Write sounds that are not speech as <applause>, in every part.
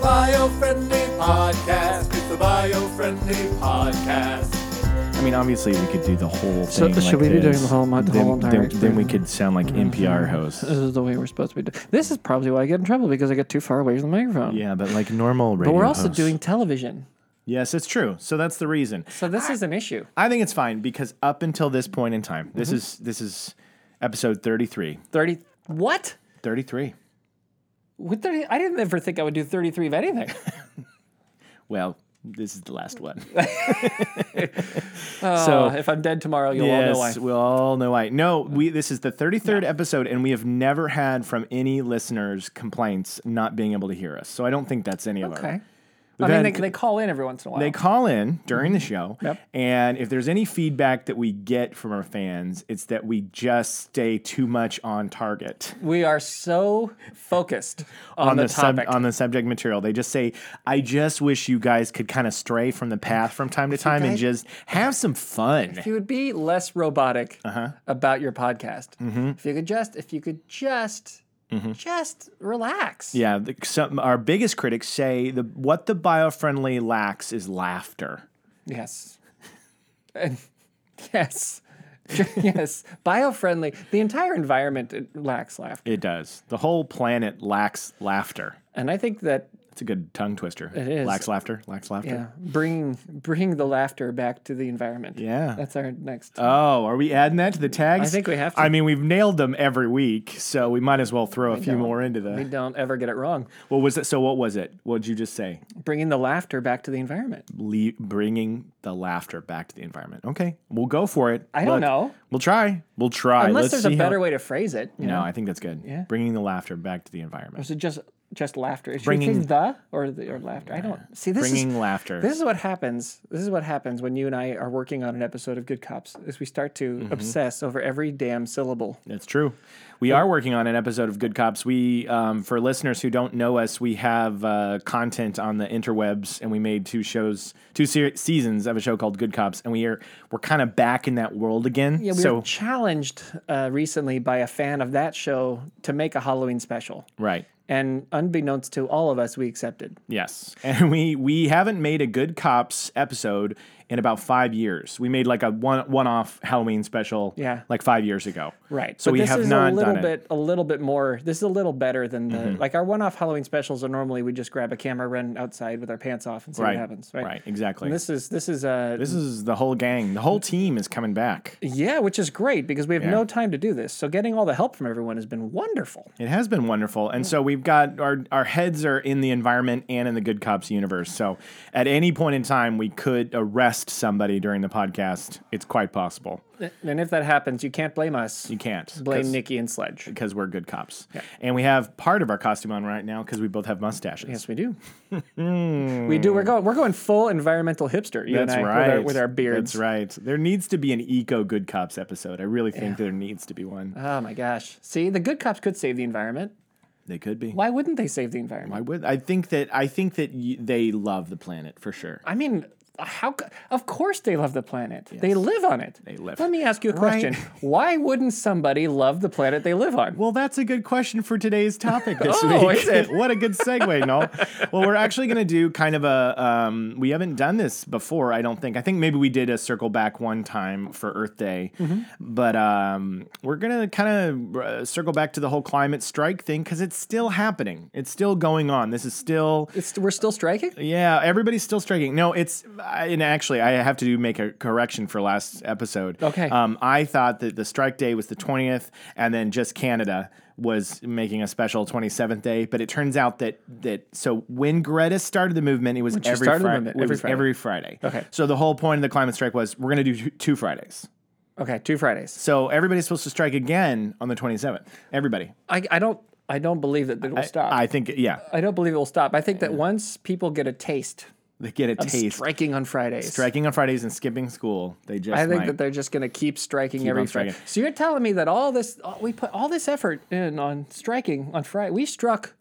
bio-friendly podcast. It's the bio-friendly podcast. I mean, obviously, we could do the whole thing. So, like should we be this. doing the whole mo- the then, whole entire then, then we experience? could sound like NPR hosts. This is the way we're supposed to be doing. This is probably why I get in trouble because I get too far away from the microphone. Yeah, but like normal radio. But we're also hosts. doing television, Yes, it's true. So that's the reason. so this is an issue. I think it's fine because up until this point in time, Mm-hmm. this is this is episode 33. Thirty. What? 33. What thirty? I didn't ever think I would do thirty-three <laughs> of anything. Well, this is the last one. so So- Uh, if I'm dead tomorrow, you'll all know why. yes, we all know why. No, we this is the 33rd episode and we have never had from any listeners complaints not being able to hear us. So I don't think that's any of our Okay. We've I mean, had- they, they call in every once in a while. They call in during the show, Yep. and if there's any feedback that we get from our fans, it's that we just stay too much on target we are so focused on, the, sub- topic. on the subject material. They just say, "I just wish you guys could kind of stray from the path from time to time and guys- just have some fun." if you would be less robotic Uh-huh. about your podcast, Mm-hmm. if you could just, if you could just, just relax. Yeah, the, some, our biggest critics say the what the biofriendly lacks is laughter. Yes. <laughs> And- yes. <laughs> yes. Biofriendly. The entire environment it lacks laughter. It does. The whole planet lacks laughter. And I think that uh, It's a good tongue twister. It is. Lacks laughter. Lacks laughter. yeah, bring bring the laughter back to the environment. Yeah. That's our next. Oh, are we adding that to the tags? I think we have to. I mean, we've nailed them every week, so we might as well throw a few don't. more into we the. don't ever get it wrong. What was it? So what was it? What did you just say? Bringing the laughter back to the environment. Le- bringing the laughter back to the environment. Okay, we'll go for it. I don't know. We'll try. We'll try. Unless Let's there's see a how- better way to phrase it. You No, know? I think that's good. Yeah. Bringing the laughter back to the environment. Is it just just laughter? Should we Bringing- say the or the or laughter? I don't see this. Bringing is, laughter. This is what happens. This is what happens when you and I are working on an episode of Good Cops. Is we start to Mm-hmm. obsess over every damn syllable. That's true. We are working on an episode of Good Cops. We, um, for listeners who don't know us, we have uh, content on the interwebs, and we made two shows, two se- seasons of a show called Good Cops, and we are we're kind of back in that world again. Yeah, we so were challenged uh, recently by a fan of that show to make a Halloween special, right, and unbeknownst to all of us, we accepted. yes, and we we haven't made a Good Cops episode in about five years. We made like a one one off Halloween special, Yeah. like five years ago. Right. So but we this have is not a little done it. Mm-hmm. bit a little bit more this is a little better than the like our one off Halloween specials are normally we just grab a camera, run outside with our pants off and see Right. what happens. Right. Right, exactly. And this is this is uh This is the whole gang. The whole team is coming back. yeah, which is great because we have no time to do this. So getting all the help from everyone has been wonderful. It has been wonderful. And so we've got our our heads are in the environment and in the good cops universe. So at any point in time we could arrest somebody during the podcast. It's quite possible. And if that happens, you can't blame us. You can't. blame Nikki and Sledge. because we're good cops. And we have part of our costume on right now because we both have mustaches. Yes, we do. we do. We're going. We're going full environmental hipster. You Hmm. That's and I, right. With our, with our beards. That's right. There needs to be an eco good cops episode. I really think there needs to be one. Oh my gosh! See, the good cops could save the environment. They could be. Why wouldn't they save the environment? I would. I think that I think that y- they love the planet for sure. I mean, how? c- Of course, they love the planet. They live on it. They live. Let me ask you <laughs> a question. Why wouldn't somebody love the planet they live on? Well, that's a good question for today's topic this Oh, week. is it? what a good segue, Noel. Well, we're actually going to do kind of a. Um, we haven't done this before, I don't think. I think maybe we did a circle back one time for Earth Day, but um, we're going to kind of uh, circle back to the whole climate strike thing because it's still happening. It's still going on. This is still It's, we're still striking. yeah, everybody's still striking. No, it's I- and actually, I have to do make a correction for last episode. Okay. Um, I thought that the strike day was the twentieth, and then just Canada was making a special twenty seventh day. But it turns out that that so when Greta started the movement, it was she every started the Friday. movement, it every was Friday. every Friday. Okay. So the whole point of the climate strike was we're going to do two- two Fridays. Okay, two Fridays. So everybody's supposed to strike again on the twenty seventh. Everybody. I, I don't. I don't believe that it will stop. I think yeah, I don't believe it will stop. I think that once people get a taste, they get a taste. striking on Fridays. Striking on Fridays and skipping school. They just I think might. that they're just going to keep striking on every striking. Friday. So <laughs> you're telling me that all this all, we put all this effort in on striking on Friday. We struck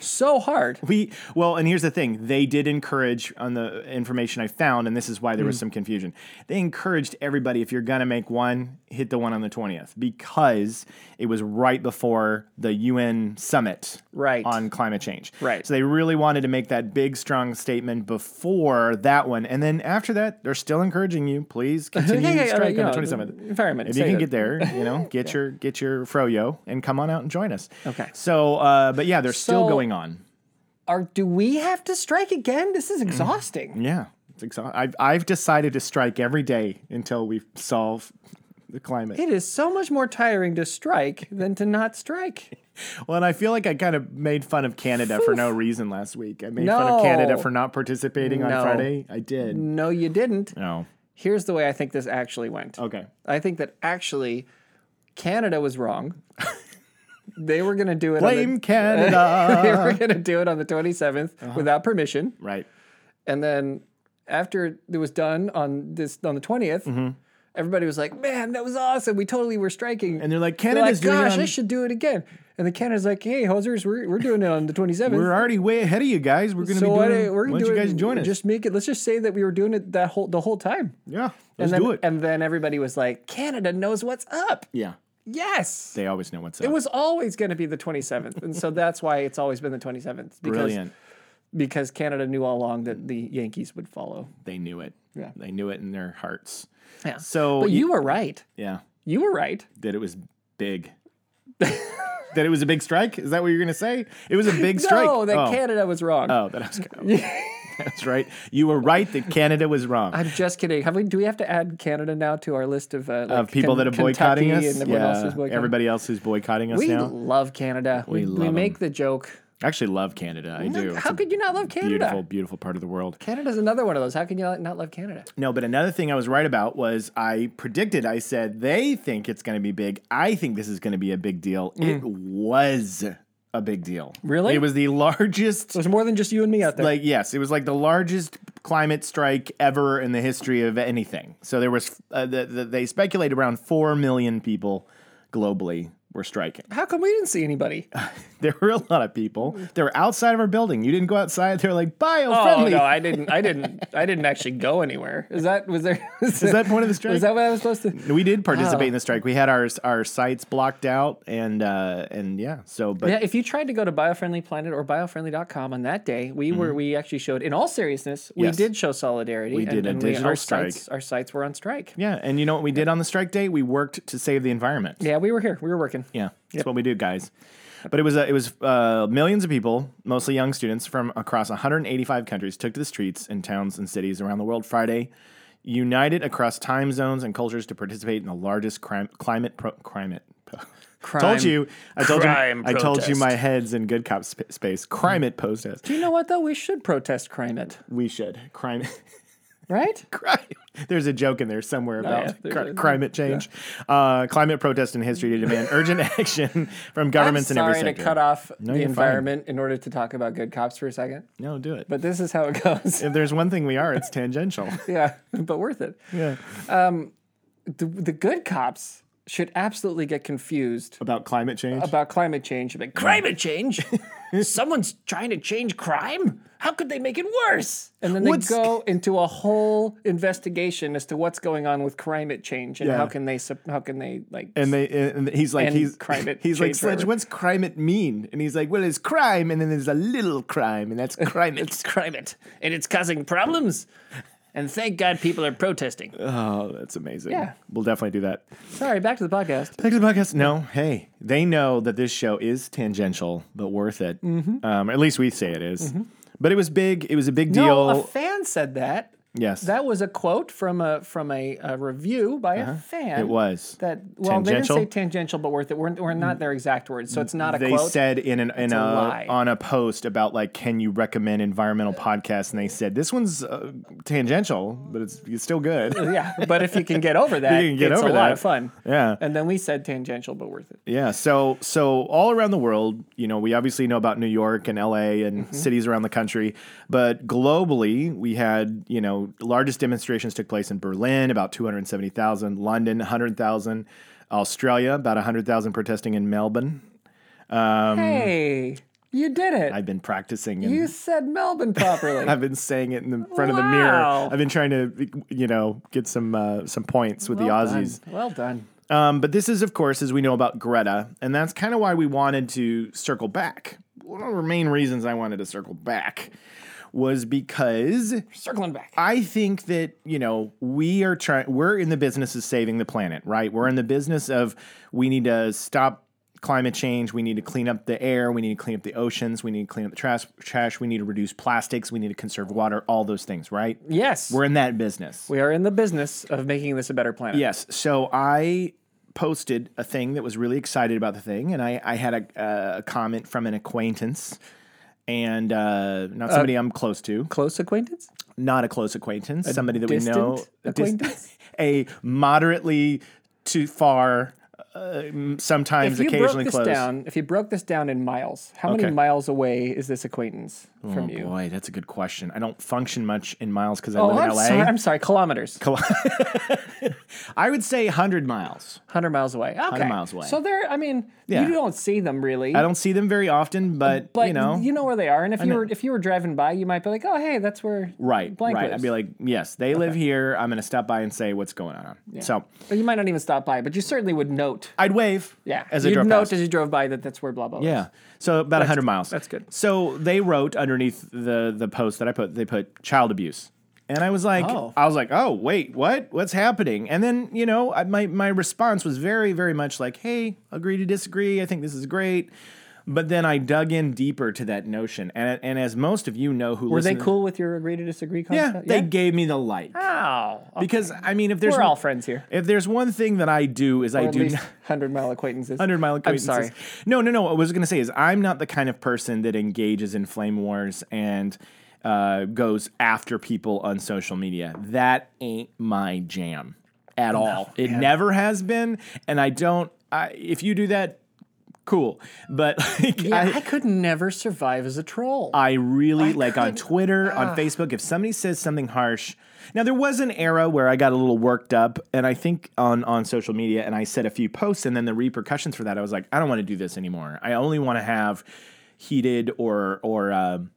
so hard. We well, and here's the thing: they did encourage on the information I found, and this is why there Hmm. was some confusion. They encouraged everybody if you're gonna make one, hit the one on the twentieth because it was right before the UN summit Right. on climate change. Right. So they really wanted to make that big, strong statement before that one, and then after that, they're still encouraging you. Please continue <laughs> yeah, to yeah, strike yeah, on the yeah, twenty seventh. environment, If you say can that. get there, you <laughs> know, get your get your froyo and come on out and join us. Okay. So, uh, but yeah, they're still So- going on. Are do we have to strike again? This is Mm. exhausting. Yeah, it's exhausting. I've, I've decided to strike every day until we solve the climate. It is so much more tiring to strike than to not strike. well, and I feel like I kind of made fun of Canada for no reason last week. I made fun of No. Canada for not participating on No. Friday. I did. No, you didn't. No. Here's the way I think this actually went. Okay. I think that actually Canada was <laughs> wrong. they were going to do it. Blame On Canada. Uh-huh. the, <laughs> they were going to do it on the 27th without permission, right. and then after it was done on this on the 20th, Mm-hmm. everybody was like, "Man, that was awesome! We totally were striking." And they're like, They're Canada's like, gosh, doing um, I it on- should do it again. And the Canada's like, hey, hosers, we're, we're doing it on the 27th. We're already way ahead of you guys. We're going to be so why, doing. don't- why we're gonna don't do you it guys join us? Just make it. Let's just say that we were doing it that whole the whole time. yeah. And Let's then, do it. And then everybody was like, Canada knows what's up. yeah. Yes. They always know what's it up. was always going to be the 27th. And so that's why it's always been the 27th. Because, Brilliant. Because Canada knew all along that the Yankees would follow. They knew it. Yeah. They knew it in their hearts. Yeah. So But you were right. yeah. You were right. that it was big. that it was a big strike? Is that what you're going to say? It was a big strike. No, that oh. Canada was wrong. Oh, that I was going to. That's right. You were right that Canada was wrong. I'm just kidding. Have we? Do we have to add Canada now to our list of uh, like of people Ken- that are boycotting Kentucky us, And everyone else who's boycotting. everybody else who's boycotting us We now. love Canada. We, love we 'em. make the joke. I actually love Canada. I do. How It's could you not love a Canada? beautiful, beautiful part of the world. Canada's another one of those. How can you not- not love Canada? No, but another thing I was right about was I predicted. I said they think it's going to be big. I think this is going to be a big deal. It was a big deal. Mm. Really? It was the largest There's more than just you and me out there. like yes it was like the largest climate strike ever in the history of anything so there was uh, the, the, they speculate around 4 million people globally were striking <laughs> How come we didn't see anybody? there were a lot of people they were outside of our building you didn't go outside they were like Oh bio-friendly no, I didn't. I didn't. I didn't actually go anywhere. Is that was there? <laughs> <laughs> Is is that point of the strike Was that Oh. what I was supposed to? we did participate in the strike we had our our sites blocked out and uh and yeah so but Yeah, if you tried to go to biofriendly planet or biofriendly.com on that day, we were we actually showed in all seriousness, we Mm-hmm. Yes. did show solidarity. We did a digital our strike. Sites, our sites were on strike. yeah and you know what we did on the strike day we worked to save the environment Yeah, we were here. We were working. Yeah, that's what we do, guys. But it was uh, it was uh, millions of people, mostly young students from across 185 countries, took to the streets in towns and cities around the world Friday, united across time zones and cultures to participate in the largest crime, climate pro, climate. Crime. told you, I told you, crime I told you, protest. my head's in good cop sp- space. Crime it protest. You know what though? We should protest crime it, We should crime. <laughs> right? crime. There's a joke in there somewhere about yeah, cri- there- climate change, uh, climate protest in history to demand urgent <laughs> action from I'm governments in every sorry to sector. cut off the you're fine. environment in order to talk about good cops for a second, No, do it. but this is how it goes. if there's one thing we are, it's tangential. <laughs> yeah, but worth it. Um, yeah. The, the good cops should absolutely get confused About climate change. about climate change. Like, <laughs> climate change? Someone's trying to change crime? How could they make it worse? And then they What's- go into a whole investigation as to what's going on with climate change and Yeah. how can they sup- how can they like and they and he's like And he's climate he's like change, Sledge, whatever. what's crime it mean? And he's like, well, it's crime, and then there's a little crime, and <laughs> that's crime it. it's crime it and it's causing problems. And thank God people are protesting. oh, that's amazing. Yeah. we'll definitely do that. Sorry, back to the podcast. Back to the podcast. No, hey, they know that this show is tangential, but worth it. Mm-hmm. Um, at least we say it is. But it was big. It was a big deal. No, a fan said that. yes, That was a quote from a from a, a review by a fan. Uh-huh. it was. that. Well, Tangential? they didn't say tangential, but worth it. We're, we're not their exact words, so it's not a they quote. said in an in a, a lie. on a post about like can you recommend environmental podcasts and they said this one's uh, tangential but it's, it's still <laughs> good <laughs> <laughs> yeah, but if you can get over that, You can get it's over a lot that. of fun. yeah And then we said tangential, but worth it. yeah so so all around the world you know we obviously know about new york and la and Mm-hmm. cities around the country but globally we had you know largest demonstrations took place in berlin about 270000 london 100000 Um, australia about 100000 protesting in melbourne hey, You did it. I've been practicing and you said Melbourne properly. I've been saying it in the front of the Wow. mirror. I've been trying to, you know, get some uh, some points with Well the <laughs> done. Aussies. Well done. Um, but this is, of course, as we know about Greta, and that's kind of why we wanted to circle back. One of the main reasons I wanted to circle back was because Circling back. I think that you know we are trying. We're in the business of saving the planet, right? We're in the business of we need to stop climate change. We need to clean up the air. We need to clean up the oceans. We need to clean up the trash. Trash. We need to reduce plastics. We need to conserve water. All those things, right? yes. We're in that business. we are in the business of making this a better planet. Yes. So I posted a thing that was really excited about the thing, and I, I had a, a comment from an acquaintance, and uh, not somebody I'm close to, Close acquaintance? not a close acquaintance, somebody that we distant know, a dis- <laughs> acquaintance? a moderately too far, uh, m- sometimes If you broke occasionally this close. down, if you broke this down in miles, how many Okay. Oh, miles away is this acquaintance from you? Boy, that's a good question. I don't function much in miles because I Oh, live in I'm LA. sorry, I'm sorry. Kilometers. I would say 100 miles. 100 miles away. Okay. 100 miles away. So they're, I mean, Yeah. you don't see them really. I don't see them very often, but, but you know, where they are. And if you were if you were driving by, you might be like, oh, hey, that's where Right, blank right. lives. I'd be like, yes, they live here. I'm gonna stop by and say what's going on. So But you might not even stop by, but you certainly would note. I'd wave. Yeah. as I You'd drove note past. as you drove by that that's where blah, blah, blah. Yeah, so about 100 miles. that's good. So they wrote underneath the the post that I put, they put child abuse, and I was like, Oh. I was like, oh wait, what? What's happening? And then you know, I, my my response was very very much like, hey, agree to disagree. I think this is great. But then I dug in deeper to that notion, and and as most of you know, who Were they listen to- cool with your agree to disagree Yeah, concept? they gave me the light Wow. because I mean, if there's We're all friends here. If there's one thing that I do is I Or at do least not, <laughs> 100 mile acquaintances. hundred mile I'm acquaintances. sorry. No, no, no. What I was gonna say is I'm not the kind of person that engages in flame wars and uh, goes after people on social media. That ain't my jam at all. It never has been, and I don't. I, if you do that, cool. But <laughs> like, Yeah, I, I, could never survive as a troll. I really like on Twitter, on Facebook, if somebody says something harsh. Now there was an era where I got a little worked up and I think on on social media and I said a few posts and then the repercussions for that I was like I don't want to do this anymore. I only want to have heated or or um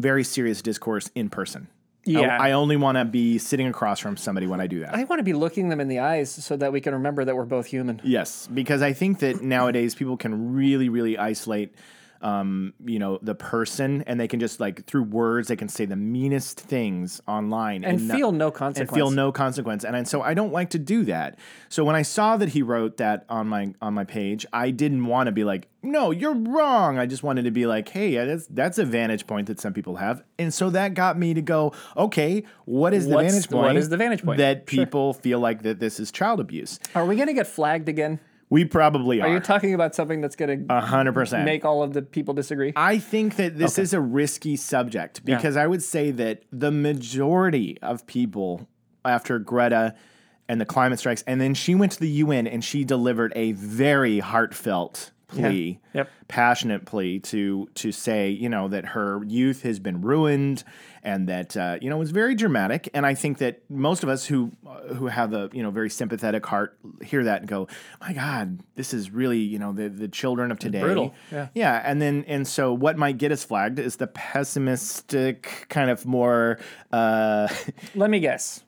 very serious discourse in person. I- Yeah. I, only want to be sitting across from somebody when I do that. I want to be looking them in the eyes so that we can remember that we're both human. Yes, because I think that nowadays people can really, really isolate, um, you know, the person, and they can just like through words they can say the meanest things online And, not- feel no consequence. and feel no consequence. And, and so I don't like to do that. So when I saw that he wrote that on my on my page, I didn't want to be like, no, you're wrong. I just wanted to be like, hey, yeah, that's that's a vantage point that some people have. And so that got me to go, okay, what is the What's- vantage point? what is the vantage point? that people feel like that this is child abuse? Are we going to get flagged again? We probably Are you talking about something that's going to A hundred percent. make all of the people disagree? I think that this is a risky subject because I would say that the majority of people after Greta and the climate strikes, and then she went to the UN and she delivered a very heartfelt plea, Yep. passionate plea to to say, you know, that her youth has been ruined, and that uh, you know it was very dramatic. And I think that most of us who uh, who have a you know very sympathetic heart hear that and go, my God, this is really you know the the children of today Brutal. Yeah. yeah, and then and so what might get us flagged is the pessimistic kind of more uh Let me guess.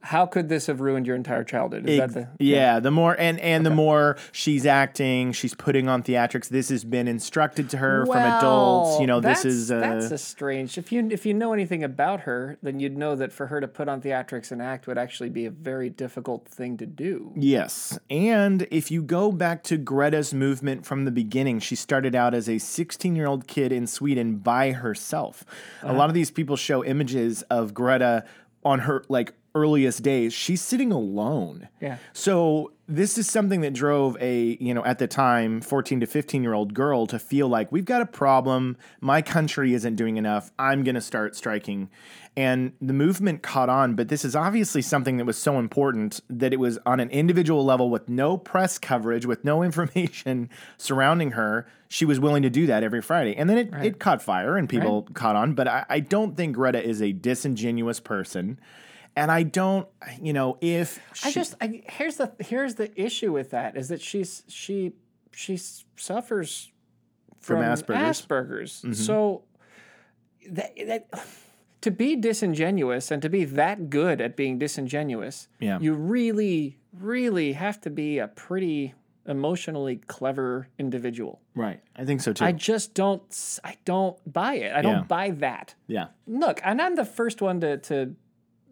How could this have ruined your entire childhood? <laughs> Is that the <laughs> yeah, the more and and the more she's acting, she's putting on theatrics. This has been instructed to her from adults, you know, this that's- is uh, that's a strange. If you if you know anything about her, then you'd know that for her to put on theatrics and act would actually be a very difficult thing to do. Yes. And if you go back to Greta's movement from the beginning, she started out as a 16 year old kid in Sweden by herself. A lot of these people show images of Greta on her like earliest days. She's sitting alone. Yeah. So this is something that drove a, you know, at the time, 14 to 15 year old girl to feel like we've got a problem. My country isn't doing enough. I'm going to start striking. And the movement caught on, but this is obviously something that was so important that it was on an individual level with no press coverage, with no <laughs> information surrounding her. She was willing to do that every Friday. And then it, it caught fire and people caught on. But I, I don't think Greta is a disingenuous person. And I don't, you know, if I she- just I, here's the here's the issue with that is that she's she she suffers From Asperger's. Mm-hmm. Asperger's. So that, that to be disingenuous and to be that good at being disingenuous, Yeah. you really, really have to be a pretty emotionally clever individual. Right. I think so too. I just don't s- I don't buy it. I don't Yeah. buy that. yeah. Look, and I'm the first one to to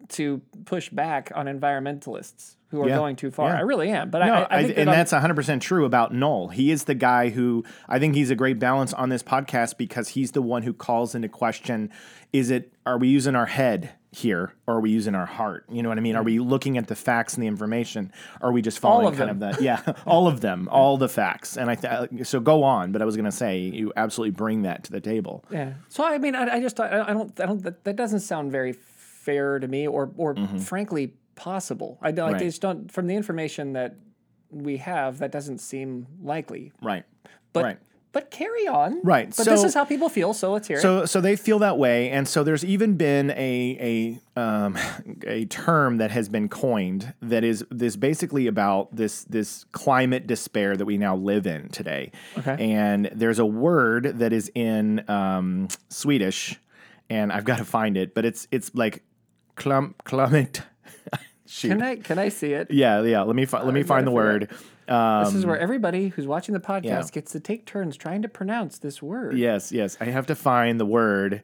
to push back on environmentalists who are Yeah. going too far. Yeah. I really am. But No, I, I, I I think and that I'm- that's 100% true about Noel. He is the guy who I think he's a great balance on this podcast because he's the one who calls into question is it are we using our head here or are we using our heart? You know what I mean? Are we looking at the facts and the information? Are we just following of kind them. of the yeah, <laughs> all of them, all the facts. And I th- uh, so go on, but I was going to say you absolutely bring that to the table. Yeah. So I mean, I, I just I, I don't I don't that, that doesn't sound very fair to me, or or frankly possible. I Mm-hmm. don't like Right. I just don't from the information that we have that doesn't seem likely. Right. But right. but carry on. Right, But this so- is how people feel. So let's hear it. So, so they feel that way, and so there's even been a a um, a term that has been coined that is this basically about this this climate despair that we now live in today. Okay. And there's a word that is in um, Swedish, and I've got to find it, but it's it's like clump climate. <laughs> Shoot. Can I can I see it? yeah, yeah. Let me fi- let me find the gotta word. Um, This is where everybody who's watching the podcast yeah. gets to take turns trying to pronounce this word. yes, yes. I have to find the word.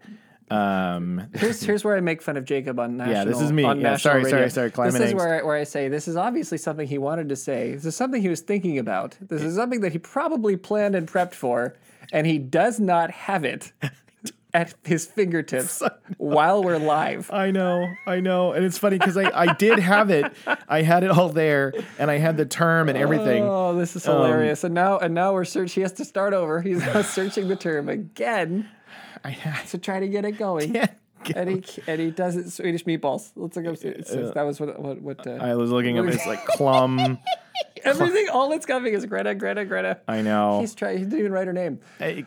Um, Here's, here's where I make fun of Jacob on national. Yeah, this is me. on Yeah, national sorry, sorry, radio. sorry, This climate is angst. where I, where I say this is obviously something he wanted to say. This is something he was thinking about. This is something that he probably planned and prepped for, and he does not <laughs> have it at his fingertips while we're live. I know, I know, and it's funny because I, I did have it, I had it all there, and I had the term and everything. Um, Oh, this is hilarious! and now, and now we're search. He has to start over. He's <laughs> now searching the term again I had <laughs> to try to get it going. it. And he, and he does it Swedish meatballs. Let's look up Swedish. that was what what what. Uh, I was looking up. It's like clum. Everything, all that's coming is Greta, Greta, Greta. I know. He's trying. He didn't even write her name. This is-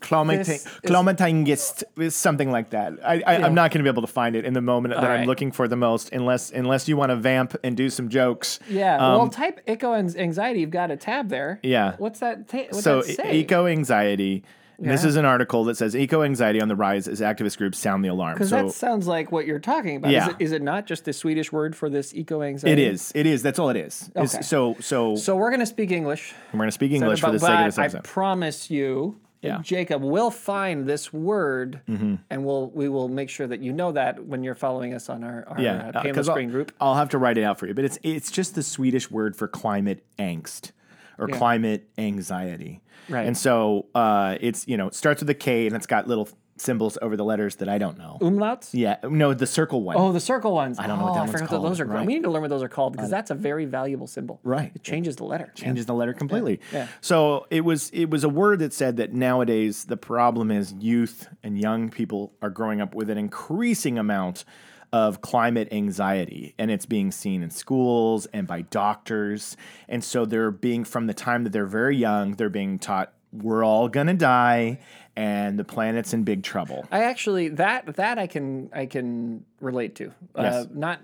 Clomatingist is something like that. I, I, I'm not going to be able to find it in the moment that right. I'm looking for the most, unless unless you want to vamp and do some jokes. Yeah. Um, well, type eco and anxiety. You've got a tab there. Yeah. What's that? Ta- what's so E-, that say? eco anxiety. This Yeah. is an article that says eco anxiety on the rise as activist groups sound the alarm. Because so that sounds like what you're talking about. Is, Yeah. it, is it not just the Swedish word for this eco it anxiety? is. It is. That's all it is. It's- Okay. So so So we're going to speak English. we're going to speak English for but the sake of but this I episode. promise you, Yeah. Mm-hmm. Jacob, we'll find this word, and we'll we will make sure that you know that when you're following us on our, our yeah, uh, Painless I'll, Green group. I'll have to write it out for you, but it's it's just the Swedish word for climate angst or climate anxiety. Right. And so uh, it's you know it starts with a K and it's got little symbols over the letters that I don't know. Umlauts. Yeah, no, the circle one. Oh, the circle ones. I don't know what oh, that I one's forgot called. Those are Right. We need to learn what those are called because that's a very valuable symbol. Right. It changes the letter. Yeah. changes the letter completely. yeah. So it was it was a word that said that nowadays the problem is youth and young people are growing up with an increasing amount of climate anxiety and it's being seen in schools and by doctors and so they're being from the time that they're very young they're being taught we're all going to die and the planet's in big trouble. I actually that that I can I can relate to. Uh, Yes. not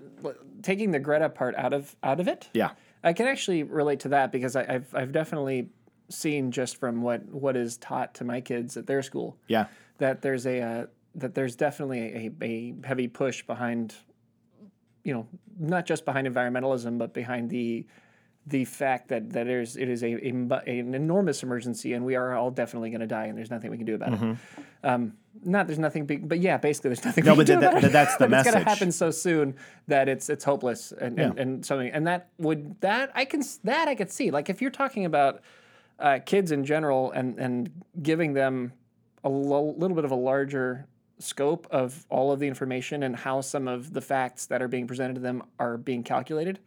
taking the Greta part out of out of it. Yeah. I can actually relate to that because I, I've I've definitely seen just from what what is taught to my kids at their school Yeah. that there's a uh, that there's definitely a, a heavy push behind you know not just behind environmentalism but behind the the fact that that there's it is a, a mu- an enormous emergency and we are all definitely going to die and there's nothing we can do about Mm-hmm. it. Um, not there's nothing big, but yeah, basically there's nothing. No, we but can do that- about that- it. that's the <laughs> That It's message. going to happen so soon that it's it's hopeless and, and, and something and that would that I can s- that I could see like if you're talking about uh, kids in general and and giving them a lo- little bit of a larger scope of all of the information and how some of the facts that are being presented to them are being calculated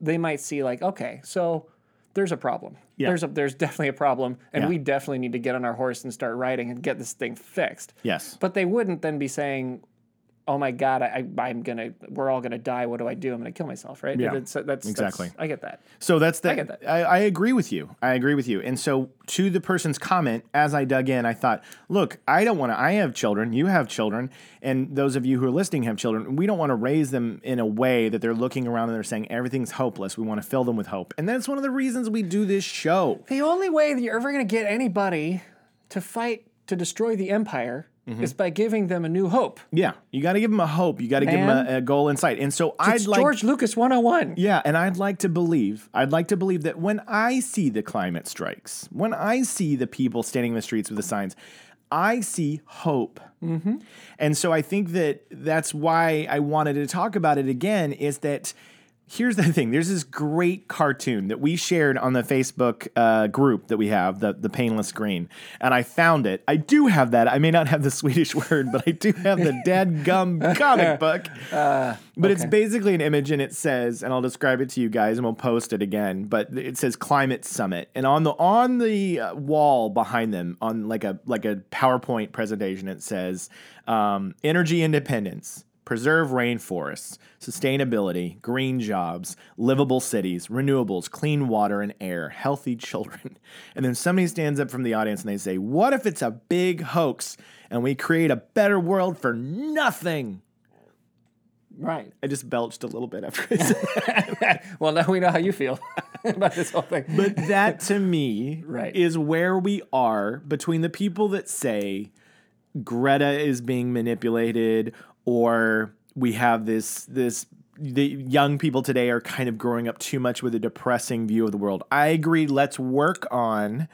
they might see like okay so there's a problem there's a there's definitely a problem and Yeah. we definitely need to get on our horse and start riding and get this thing fixed Yes. but they wouldn't then be saying oh my god I, I i'm gonna we're all gonna die what do i do i'm gonna kill myself right Yeah, That's- that's- exactly. that's- i get that So that's the. I, get that. I, agree with you. I agree with you. And so to the person's comment, as I dug in, I thought, look, I don't want to. I have children. You have children, and those of you who are listening have children. We don't want to raise them in a way that they're looking around and they're saying everything's hopeless. We want to fill them with hope, and that's one of the reasons we do this show. the only way that you're ever gonna get anybody to fight to destroy the empire Mm-hmm. is by giving them a new hope. Yeah, you got to give them a hope. You got to give them Man. a, a goal in sight. And so I'd It's like George Lucas 101. Yeah, and I'd like to believe, I'd like to believe that when I see the climate strikes, when I see the people standing in the streets with the signs, I see hope. And so I think that that's why I wanted to talk about it again is that here's the <laughs> thing there's this great cartoon that we shared on the Facebook uh, group that we have, the, the Painless Green. And I found it. I do have that. I may not have the <laughs> Swedish word, but I do have the dead gum comic book. But it's basically an image and it says, and I'll describe it to you guys and we'll post it again, but it says climate summit. And on the on the uh, wall behind them on like a like a PowerPoint presentation it says um, energy independence, preserve rainforests, sustainability, green jobs, livable cities, renewables, clean water and air, healthy <laughs> children. And then somebody stands up from the audience and they say, "What if it's a big hoax and we create a better world for nothing?" Right. <laughs> I just belched a little bit after I said <laughs> Well, now we know how you feel <laughs> about this whole thing. But that to me Right. is where we are between the people that say Greta is being manipulated or we have this this the young people today are kind of growing up too much with a depressing view of the world. I agree, let's work on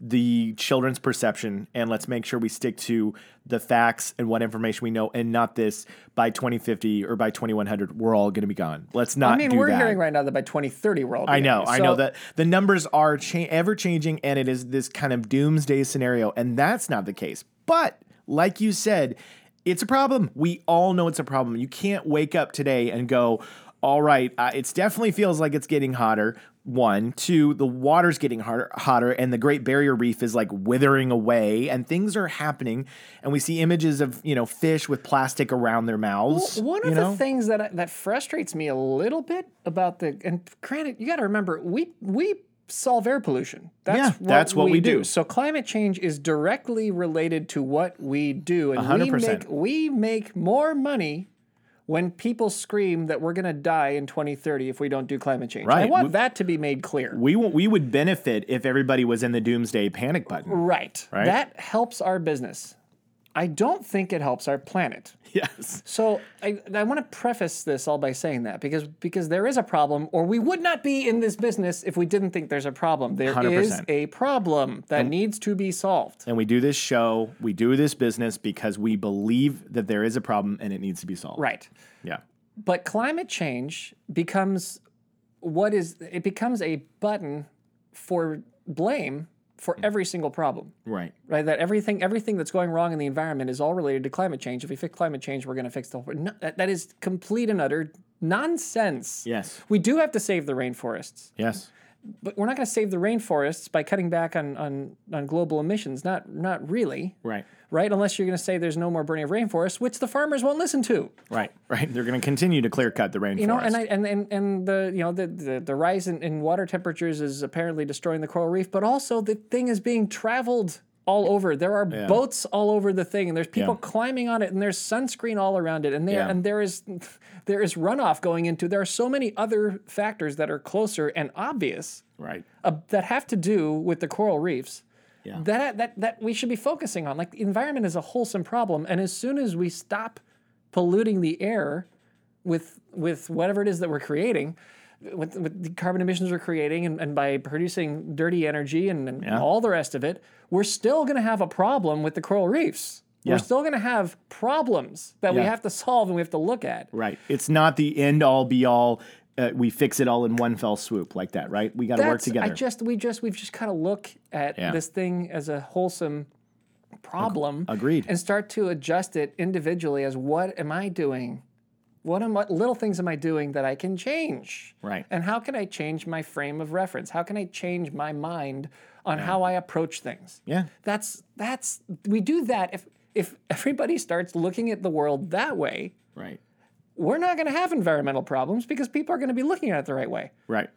the children's perception and let's make sure we stick to the facts and what information we know and not this by 2050 or by 2100 we're all going to be gone. Let's not I mean, do we're that. hearing right now that by 2030 we're all. I know, together. I know So- that the numbers are cha- ever changing, and it is this kind of doomsday scenario, and that's not the case. But like you said, it's a problem. We all know it's a problem. You can't wake up today and go, "All right, uh, it definitely feels like it's getting hotter." One, two, the water's getting hotter, hotter, and the Great Barrier Reef is like withering away, and things are happening, and we see images of you know fish with plastic around their mouths. One of you the know? things that I- that frustrates me a little bit about the and granted, you got to remember we we solve air pollution. That's Yeah, what that's what we do. So climate change is directly related to what we do, and we 100%. make we make more money. When people scream that we're going to die in 2030 if we don't do climate change, I Right. want We- that to be made clear. we w- we would benefit if everybody was in the doomsday panic button. right. Right. That helps our business. I don't think it helps our planet. <laughs> Yes. So I, I want to preface this all by saying that because because there is a problem, or we would not be in this business if we didn't think there's a problem. There is 100%. a problem that needs to be solved. And we do this show, we do this business because we believe that there is a problem and it needs to be solved. Right. Yeah. But climate change becomes what is it becomes a button for blame for every single problem. Right. Right? That everything everything that's going wrong in the environment is all related to climate change. If we fix climate change, we're going to fix the whole. No, that, that is complete and utter nonsense. Yes. We do have to save the rainforests. Yes. but we're not going to save the rainforests by cutting back on, on, on global emissions. Not not really, Right. right? Unless you're going to say there's no more burning of rainforests, which the farmers won't listen to. Right. Right. They're going to continue to clear cut the rainforest. You know, and I and, and, and the you know the the, the rise in, in water temperatures is apparently destroying the coral reef, but also the thing is being traveled all over. There are boats all over the thing, and there's people climbing on it, and there's sunscreen all around it, and there Yeah. and there is <laughs> there is runoff going into. There are so many other factors that are closer and obvious right. uh, that have to do with the coral reefs Yeah. that, that that we should be focusing on. Like the environment is a wholesome problem, and as soon as we stop polluting the air with with whatever it is that we're creating, with, with the carbon emissions we're creating, and, and by producing dirty energy and, and all the rest of it, we're still going to have a problem with the coral reefs. Yeah. We're still going to have problems that we Yeah. have to solve and we have to look at. Right. It's not the end all be all. Uh, we fix it all in one fell swoop like that, right? We got to work That's- together. I just we just we've just got to look at Yeah. this thing as a wholesome problem. agreed. And start to adjust it individually as what am I doing? What am I, little things am I doing that I can change? Right. And how can I change my frame of reference? How can I change my mind on how I approach things? yeah. That's that's we do that if if everybody starts looking at the world that way, Right. we're not going to have environmental problems because people are going to be looking at it the right way. Right.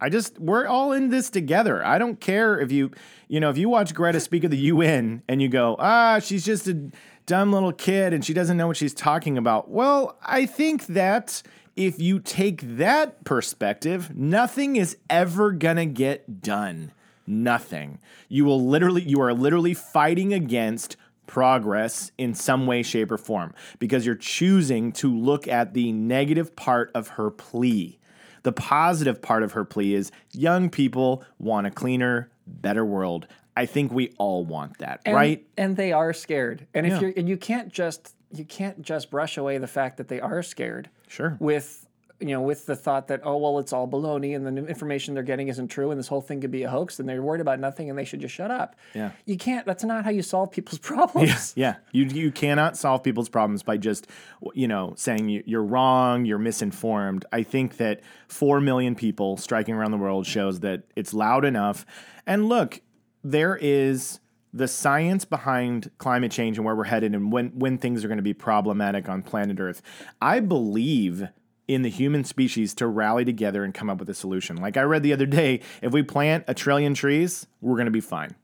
I just we're all in this together. I don't care if you you know if you watch Greta speak at the UN and you go ah she's just a dumb little kid and she doesn't know what she's talking about. Well, I think that if you take that perspective, nothing is ever gonna get done. nothing. You will literally you are literally fighting against progress in some way shape or form because you're choosing to look at the negative part of her plea. The positive part of her plea is young people want a cleaner, better world. I think we all want that, And- right? And they are scared. And if Yeah. you're and you can't just you can't just brush away the fact that they are scared Sure. with you know with the thought that oh well it's all baloney and the new information they're getting isn't true and this whole thing could be a hoax and they're worried about nothing and they should just shut up. Yeah. You can't. That's not how you solve people's <laughs> problems. Yeah, you you cannot solve people's problems by just you know saying you- you're wrong, you're misinformed. I think that four million people striking around the world shows that it's loud enough. And look, there is the science behind climate change and where we're headed and when when things are going to be problematic on planet Earth. I believe in the human species to rally together and come up with a solution. Like I read the other day, if we plant a trillion trees, we're going to be fine.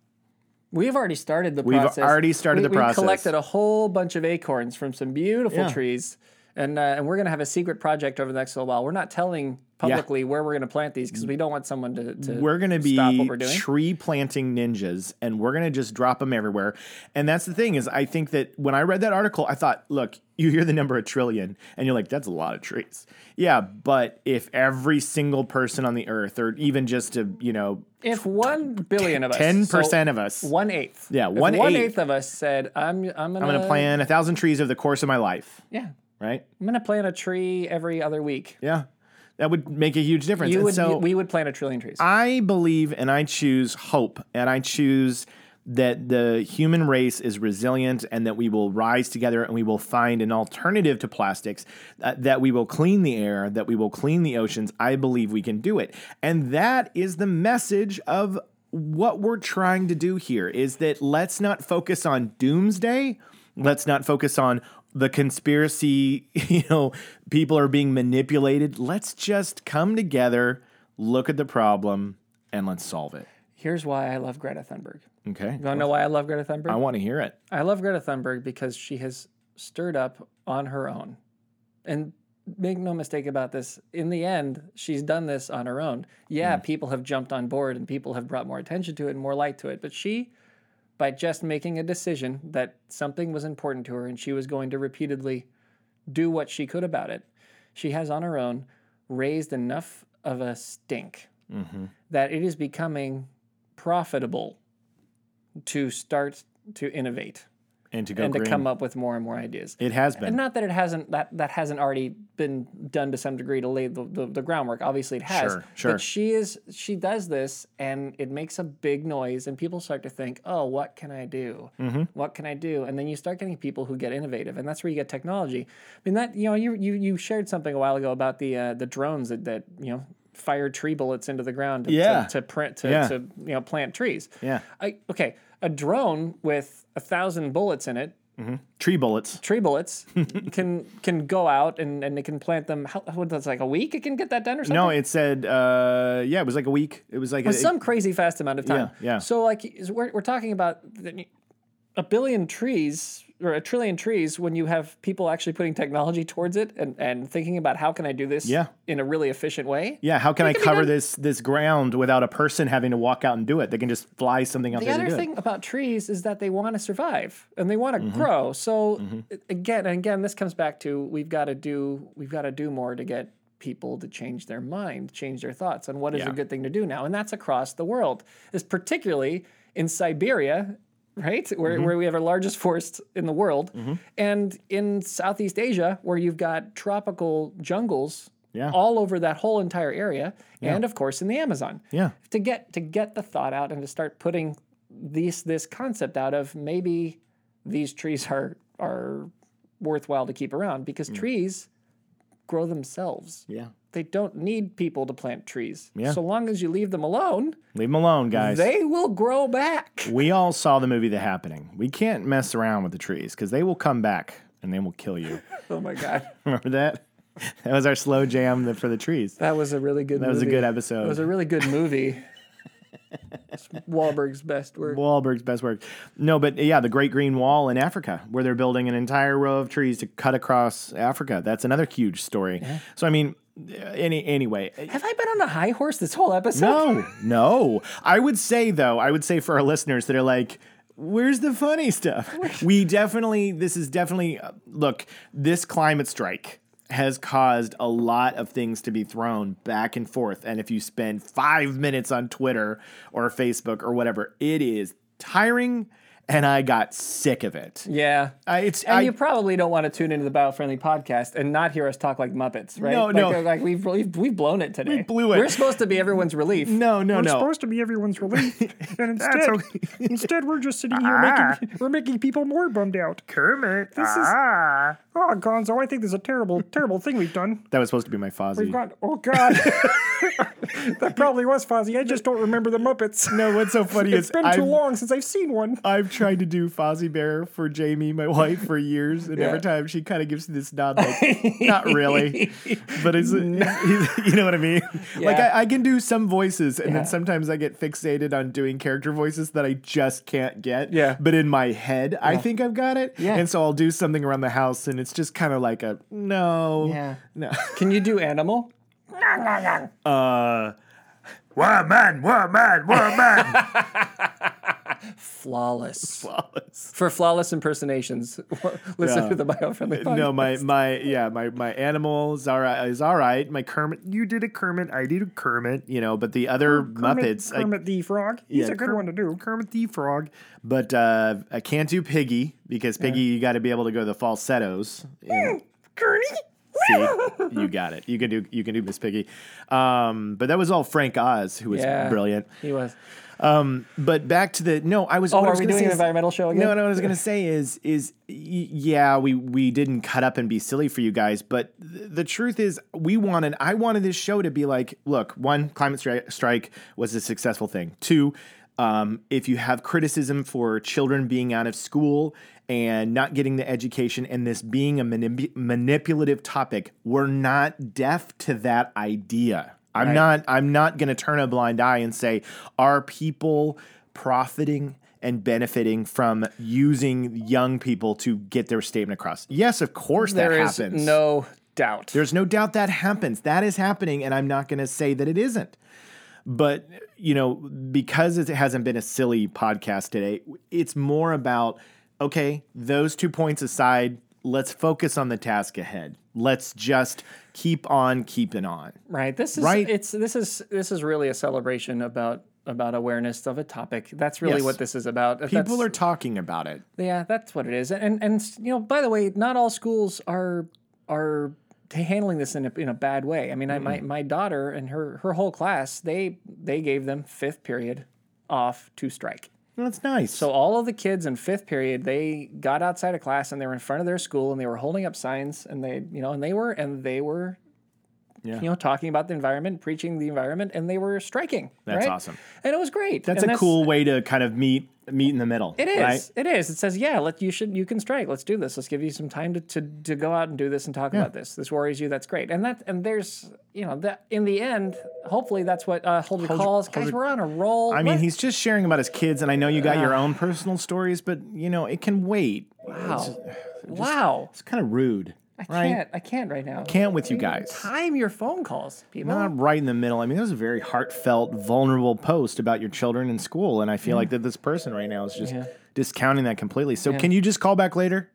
We've already started the We've process. already started We- the process. We collected a whole bunch of acorns from some beautiful Yeah. trees, and uh, and we're gonna have a secret project over the next little while. We're not telling publicly where we're gonna plant these because we don't want someone to. to we're going to stop what be we're doing. tree planting ninjas and we're going to just drop them everywhere and that's the thing is i think that when i read that article i thought look you hear the number a trillion and you're like that's a lot of trees yeah but if every single person on the earth or even just a you know if one billion of us, 10% so of us one eighth, Yeah, If one one eighth. eighth of us said, "I'm I'm gonna, i'm going to plant a thousand trees over the course of my life yeah, right I'm gonna plant a tree every other week." yeah that would make a huge difference You And would, so- we would plant a trillion trees. I believe and I choose hope and I choose that the human race is resilient and that we will rise together and we will find an alternative to plastics, uh, that we will clean the air, that we will clean the oceans. I believe we can do it. And that is the message of what we're trying to do here is that let's not focus on doomsday. Let's not focus on the conspiracy, <laughs> you know, people are being manipulated. Let's just come together, look at the problem, and let's solve it. Here's why I love Greta Thunberg. Okay. You wanna know why I love Greta Thunberg? I want to hear it. I love Greta Thunberg because she has stirred up on her own. And make no mistake about this, in the end, she's done this on her own. Yeah, people have jumped on board and people have brought more attention to it and more light to it, but she by just making a decision that something was important to her and she was going to repeatedly do what she could about it, she has on her own raised enough of a stink that it is becoming profitable to start to innovate And to go and green. to come up with more and more ideas. it has and been. not that it hasn't that that hasn't already been done to some degree to lay the, the, the groundwork. Obviously, it has. Sure, sure. But she is she does this, and it makes a big noise, and people start to think, "Oh, what can I do? Mm-hmm. What can I do?" And then you start getting people who get innovative, and that's where you get technology. I mean, that you know, you you, you shared something a while ago about the uh, the drones that that you know fire tree bullets into the ground to, to- Yeah. to, print to, Yeah. to you know plant trees. Yeah. I, okay, a drone with a thousand bullets in it Tree bullets. tree bullets can <laughs> can go out and, and they can plant them. How, what, that's like a week. It can get that done or something. No, it said, uh, yeah, it was like a week. It was like a, With some crazy fast amount of time. Yeah, yeah. So like is- we're we're talking about the- a billion trees or a trillion trees when you have people actually putting technology towards it and, and thinking about how can I do this Yeah. in a really efficient way. yeah, how can I can be cover done. this this ground without a person having to walk out and do it? They can just fly something out The there to other do it. thing about trees is that they want to survive and they want to Mm-hmm. grow. So a- again and again, this comes back to we've got to do we've got to do more to get people to change their mind, change their thoughts on what is Yeah. a good thing to do now, and that's across the world. Is particularly in Siberia. Right, where, Mm-hmm. where we have our largest forest in the world, and in Southeast Asia, where you've got tropical jungles Yeah. all over that whole entire area, and of course in the Amazon Yeah. to get to get the thought out and to start putting these this concept out of maybe these trees are are worthwhile to keep around because trees grow themselves. Yeah. They don't need people to plant trees. Yeah. So long as you leave them alone, Leave them alone, guys. they will grow back. <laughs> we all saw the movie The Happening. We can't mess around with the trees because they will come back and they will kill you. <laughs> Oh my god. Remember that? That was our slow jam th- for the trees. That was a really good That was a good episode. <laughs> It was a really good movie. Wahlberg's best work. Wahlberg's best work. No, but yeah, the Great Green Wall in Africa, where they're building an entire row of trees to cut across Africa. That's another huge story. So I mean, any anyway, Have I been on a high horse this whole episode? no, no. I would say though, I would say for our listeners that are like, where's the funny <laughs> stuff? We definitely, this is definitely, uh, look, this climate strike has caused a lot of things to be thrown back and forth. And if you spend five minutes on Twitter or Facebook or whatever, it is tiring. And I got sick of it. Yeah. I, it's and I, you probably don't want to tune into the biofriendly podcast and not hear us talk like Muppets, right? No, like, no. they're Like we've, we've we've blown it today. We blew it. We're supposed to be everyone's relief. no, no, We're no. supposed to be <laughs> everyone's relief, and instead, instead we're just sitting here Ah. making <laughs> we're making people more bummed out. Kermit, this Ah. is oh Gonzo, I think this is <laughs> a terrible, terrible thing we've done. that was supposed to be my Fozzie. We've got <laughs> oh god, that probably was Fozzie. I just don't remember the <laughs> Muppets. no, what's so funny It's is been I've- too long since I've seen one. I've tried to do Fozzie Bear for Jamie, my wife, for years, and every time she kind of gives me this nod, <laughs> like, not really, but it's, it's- you know what I mean. Like Yeah. I, I can do some voices, and Yeah. then sometimes I get fixated on doing character voices that I just can't get. Yeah. But in my head, I think I've got it, Yeah. and so I'll do something around the house, and it's just kind of like a no, Yeah. no. <laughs> Can you do animal? Uh, Woman, woman, woman. Flawless. For flawless impersonations, <laughs> listen Yeah. to the biofriendly podcast. no, my my yeah, my my animals are is all right. My Kermit, you did a Kermit, I did a Kermit, you know. But the Oh, other Kermit, Muppets, I, Kermit the Frog. He's Yeah, a good Kerm- one to do. Kermit the Frog. But uh, I can't do Piggy because Piggy, you got to be able to go the falsettos. And see, <laughs> you got it. You can do you can do Miss Piggy. Um, but that was all Frank Oz, who was Yeah. brilliant. He was. But back to the no, I was. Oh, what I are was we gonna doing say an is- environmental show again? No, no. What I was gonna say is, is y- yeah, we we didn't cut up and be silly for you guys, but th- the truth is, we wanted, I wanted this show to be like, look, one, climate stri- strike was a successful thing. Two, um, if you have criticism for children being out of school and not getting the education, and this being a manip- manipulative topic, we're not deaf to that idea. I'm not. I'm not going to turn a blind eye and say, "Are people profiting and benefiting from using young people to get their statement across?" Yes, of course There that is happens. no doubt. There's no doubt that happens. That is happening, and I'm not going to say that it isn't. But you know, because it hasn't been a silly podcast today, it's more about okay, those two points aside. Let's focus on the task ahead. Let's just keep on keeping on. Right. This is Right? it's this is this is really a celebration about about awareness of a topic. That's really Yes. what this is about. If People that's- are talking about it. Yeah, that's what it is. And and you know, by the way, not all schools are are t- handling this in a in a bad way. I mean, I, Mm-hmm. my my daughter and her her whole class, they they gave them fifth period off to strike. Well, that's nice. So all of the kids in fifth period, they got outside of class and they were in front of their school and they were holding up signs and they, you know, and they were and they were, Yeah. you know, talking about the environment, preaching the environment, and they were striking. That's right? awesome. and it was great. that's And a cool way to kind of meet meet in the middle. It is. Right? It is. It says, yeah, let you should you can strike. Let's do this. Let's give you some time to to, to go out and do this and talk about this. This worries you. That's great. And that and there's you know that in the end, hopefully that's what uh, hold your calls, guys. we're on a roll. I mean, he's just sharing about his kids, and I know you got Ah. your own personal stories, but you know it can wait. wow, <sighs> wow. It's kind of rude, right? Can't I can't right now. Can't with you guys. time your phone calls, people. Not right in the middle. I mean, that was a very heartfelt, vulnerable post about your children in school, and I feel like that this person right now is just discounting that completely. So, can you just call back later? <laughs>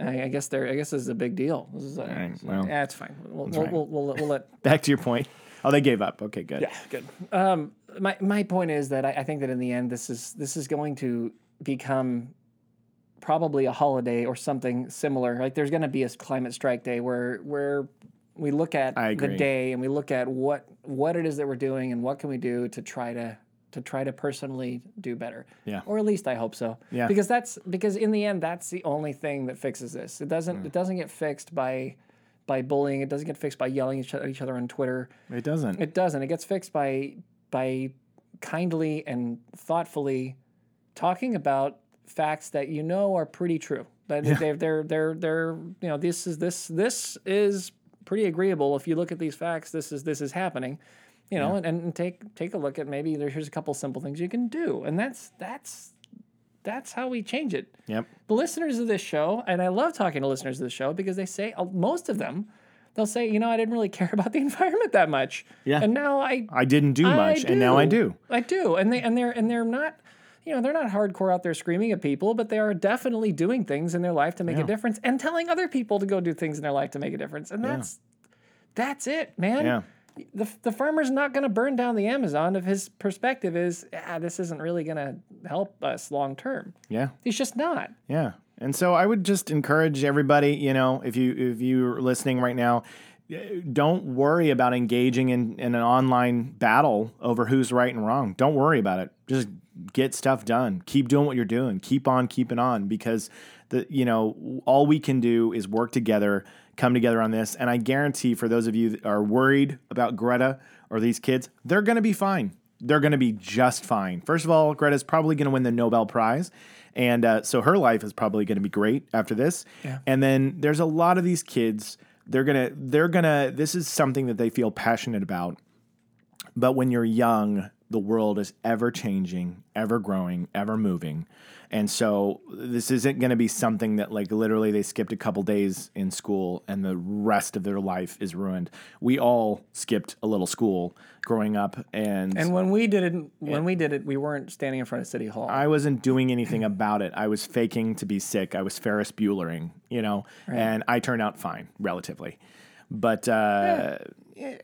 I, I guess there. I guess this is a big deal. This is a, right, well, yeah, it's fine. We'll, we'll, we'll, we'll, we'll let. Back to your point. Oh, they gave up. Okay, good. Yeah, good. Um, my my point is that I, I think that in the end, this is this is going to become probably a holiday or something similar. Like there's going to be a climate strike day where where we look at I the agree. day and we look at what what it is that we're doing and what can we do to try to to try to personally do better. Yeah. Or at least I hope so. Yeah. Because that's because in the end that's the only thing that fixes this. It doesn't Mm. it doesn't get fixed by by bullying. It doesn't get fixed by yelling each- at each other on Twitter. It doesn't. It doesn't. It gets fixed by by kindly and thoughtfully talking about facts that you know are pretty true. That they're they're they're they're you know this is this this is pretty agreeable. If you look at these facts, this is this is happening, you know, and, and take take a look at maybe there, here's a couple simple things you can do, and that's that's that's how we change it. Yep. The listeners of this show, and I love talking to listeners of the show because they say uh, most of them, they'll say, you know, I didn't really <laughs> care about the environment that much, Yeah. and now I I didn't do I much, and now I do. I do, and they and they're and they're not, you know, they're not hardcore out there screaming at people, but they are definitely doing things in their life to make Yeah. a difference and telling other people to go do things in their life to make a difference, and that's that's it, man. Yeah. The, the farmer's not going to burn down the Amazon if his perspective is, ah, this isn't really going to help us long term. Yeah. He's just not. Yeah. And so I would just encourage everybody, you know, if you if you're listening right now, eh, don't worry about engaging in, in an online battle over who's right and wrong. Don't worry about it. Just get stuff done. Keep doing what you're doing. Keep on keeping on because the you know, all we can do is work together, come together on this. And I guarantee for those of you that are worried about Greta or these kids, they're going to be fine they're going to be just fine. First of all, Greta's probably going to win the Nobel Prize. And uh, so her life is probably going to be great after this. And then there's a lot of these kids. They're going to, they're going to, this is something that they feel passionate about. But when you're young, the world is ever changing, ever growing, ever moving. And so this isn't going to be something that like literally they skipped a couple days in school and the rest of their life is ruined. We all skipped a little school growing up and And when we did it, when we did it, we weren't standing in front of City Hall. I wasn't doing anything about it. I was faking to be sick. I was Ferris Buellering, you know, and I turned out fine, relatively. But uh,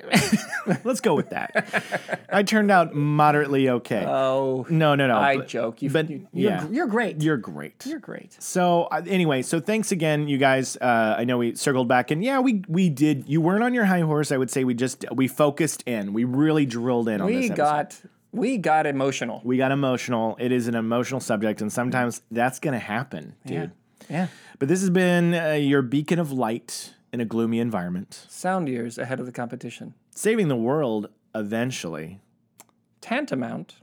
<laughs> let's go with that. I turned out moderately okay. oh, no, no, no. I but- joke. You, but you, you're, yeah, gr- you're great. you're great. You're great. So uh, anyway, so thanks again, you guys. Uh, I know we circled back, and yeah, we we did. You weren't on your high horse. I would say we just we focused in. We really drilled in on this. We episode. got we got emotional. we got emotional. It is an emotional subject, and sometimes that's going to happen, dude. Yeah. But this has been uh, your beacon of light in a gloomy environment, Sound years ahead of the competition. saving the world eventually. Tantamount.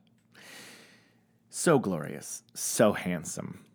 So glorious, so handsome.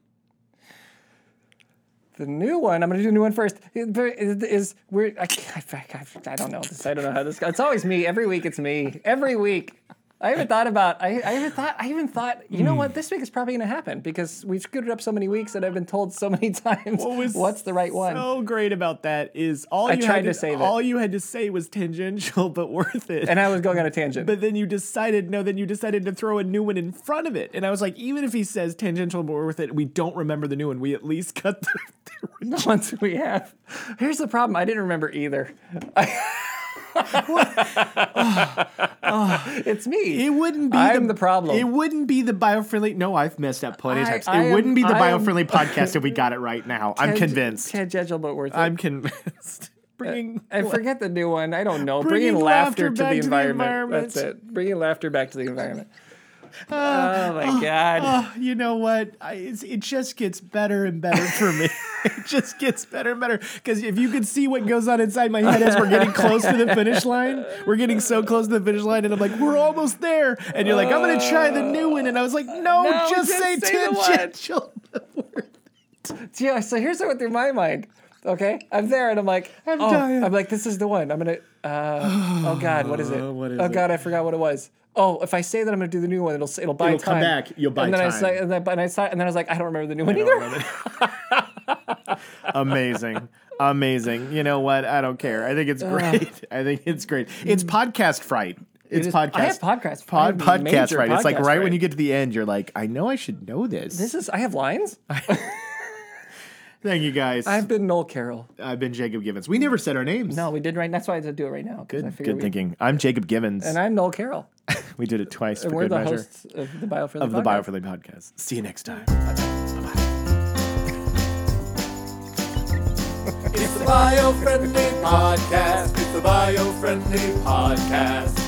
The new one. I'm gonna do the new one first. Is, is we're I, can't- I, I, I don't know this. I don't know how this. It's always me. Every week it's me. Every week. I haven't thought about. I, I even thought. I even thought. You know what? This week is probably gonna happen because we've screwed it up so many weeks and I've been told so many <laughs> times. what's the right one? So great about that is all I you tried had to save it. all you had to say was tangential <laughs> but worth it. And I was going on a tangent. but then you decided no, then you decided to throw a new one in front of it. And I was like, even if he says tangential but worth it, we don't remember the new one. We at least <laughs> cut the, the original. <laughs> the ones we have. Here's the problem. I didn't remember <laughs> either. <sighs> it's me. It wouldn't be I'm the problem. It wouldn't be the biofriendly. No, I've messed up plenty of I- times. I it am- wouldn't be the I am- <laughs> biofriendly podcast if we got it right now. I'm Tang- convinced. Tangential, but worth it. I'm convinced. <laughs> Bringing I forget the new one. I don't know. Bringing Bringing, laughter laughter, to, back the to the environment. environment. That's it. Bringing laughter back to the <sighs> environment. <sighs> oh my god. Oh, you know what? I, it's, it just gets better and better for me. <laughs> it just gets better and better because if you could see what goes on inside my head as we're getting close to the finish line, we're getting so close to the finish line, and I'm like, we're almost there, and you're like, I'm gonna try the new one, and I was like, no, No, just, just say, say the one. <laughs> tangential. Yeah, so here's what went through my mind. Okay, I'm there and I'm like, I'm oh, dying. I'm like, this is the one. I'm gonna. Uh, <sighs> oh God, what is it? What is oh it? God, I forgot what it was. Oh, if I say that I'm gonna do the new one, it'll s- it'll buy It'll come time. back, you'll buy and then time. I say, and then, and I saw, and then I was like, I don't remember the new one either. <laughs> Amazing. Amazing. You know what? I don't care. I think it's great. I think it's great. It's podcast fright. It's Mm. is- I podcast. have podcast- I Pod, have podcast major fright. It's like podcast right when fright. you get to the end, you're like, I know I should know this. <laughs> This is I have lines. Thank you guys. I've I've, been Noel Carroll. been Jacob Givens. We never said our names. No, we did right. That's why I had to do it right now. Good, I Good, figured good we- thinking. I'm Jacob Givens. And I'm Noel Carroll. we did it twice for We're good the measure hosts of the Biofriendly of the Podcast. Biofriendly podcast. See you next time. It's the bio friendly podcast. It's the bio friendly podcast.